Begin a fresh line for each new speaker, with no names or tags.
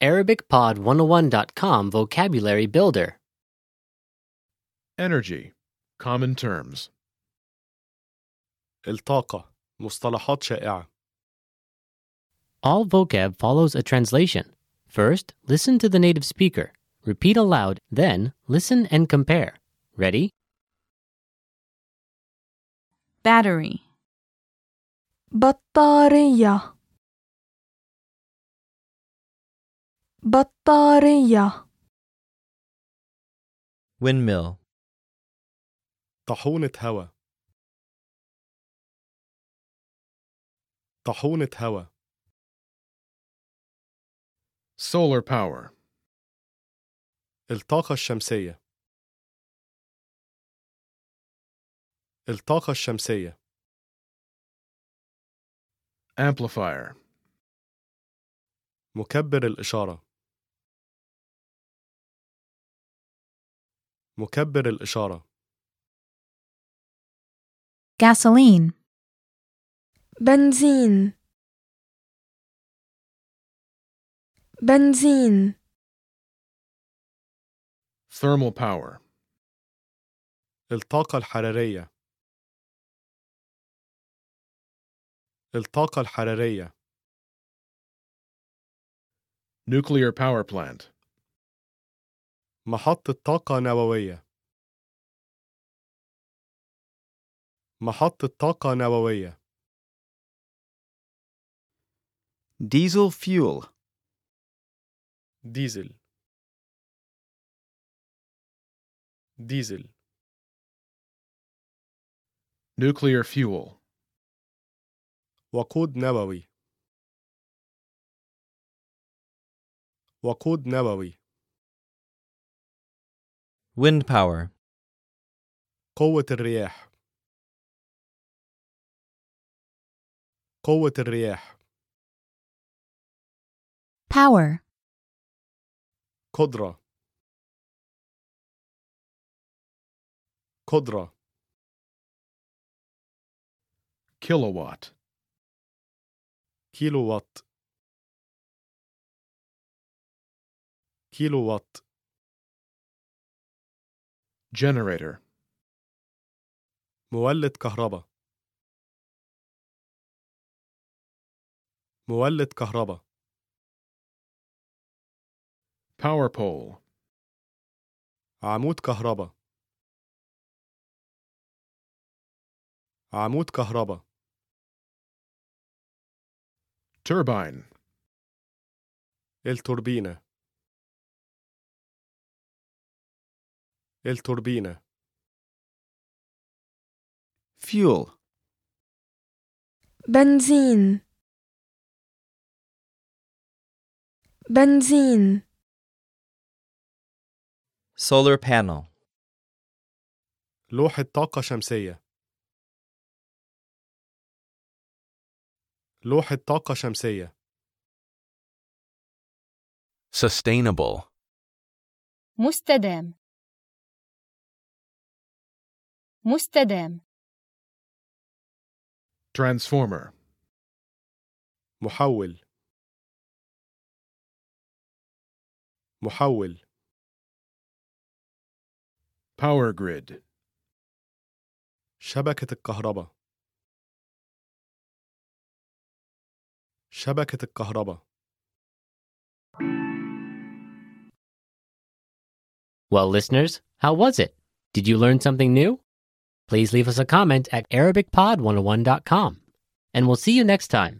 ArabicPod101.com Vocabulary Builder.
Energy. Common terms.
الطاقة مصطلحات شائعة
All vocab follows a translation. First, listen to the native speaker. Repeat aloud, then, listen and compare. Ready?
battery,
بطارية بطارية
windmill,
طاحونة هواء طاحونة هواء
Solar power.
الطاقة الشمسية الطاقة الشمسية
Amplifier.
مكبر الإشارة مكبر الإشارة
gasoline,
بنزين بنزين
Thermal power.
الطاقة الحرارية الطاقة الحرارية
Nuclear power plant.
محطة طاقة نووية محطة طاقة نووية
Diesel fuel.
ديزل ديزل
Nuclear fuel.
وقود نووي وقود نووي
wind power,
قوة الرياح قوة الرياح
power,
قدرة قدرة
Kilowatt.
كيلو وات كيلو وات
Generator.
مولد كهرباء مولد كهرباء
Power pole.
عمود كهرباء عمود كهرباء
Turbine.
التوربينة التوربينة
Fuel.
بنزين بنزين
solar panel,
لوحة طاقة شمسية لوحة طاقة شمسية
Sustainable.
مستدام مستدام
Transformer.
محول محول
Power grid.
شبكة الكهرباء شبكة الكهرباء
Well, listeners, how was it? Did you learn something new? oh Please leave us a comment at ArabicPod101.com. And we'll see you next time.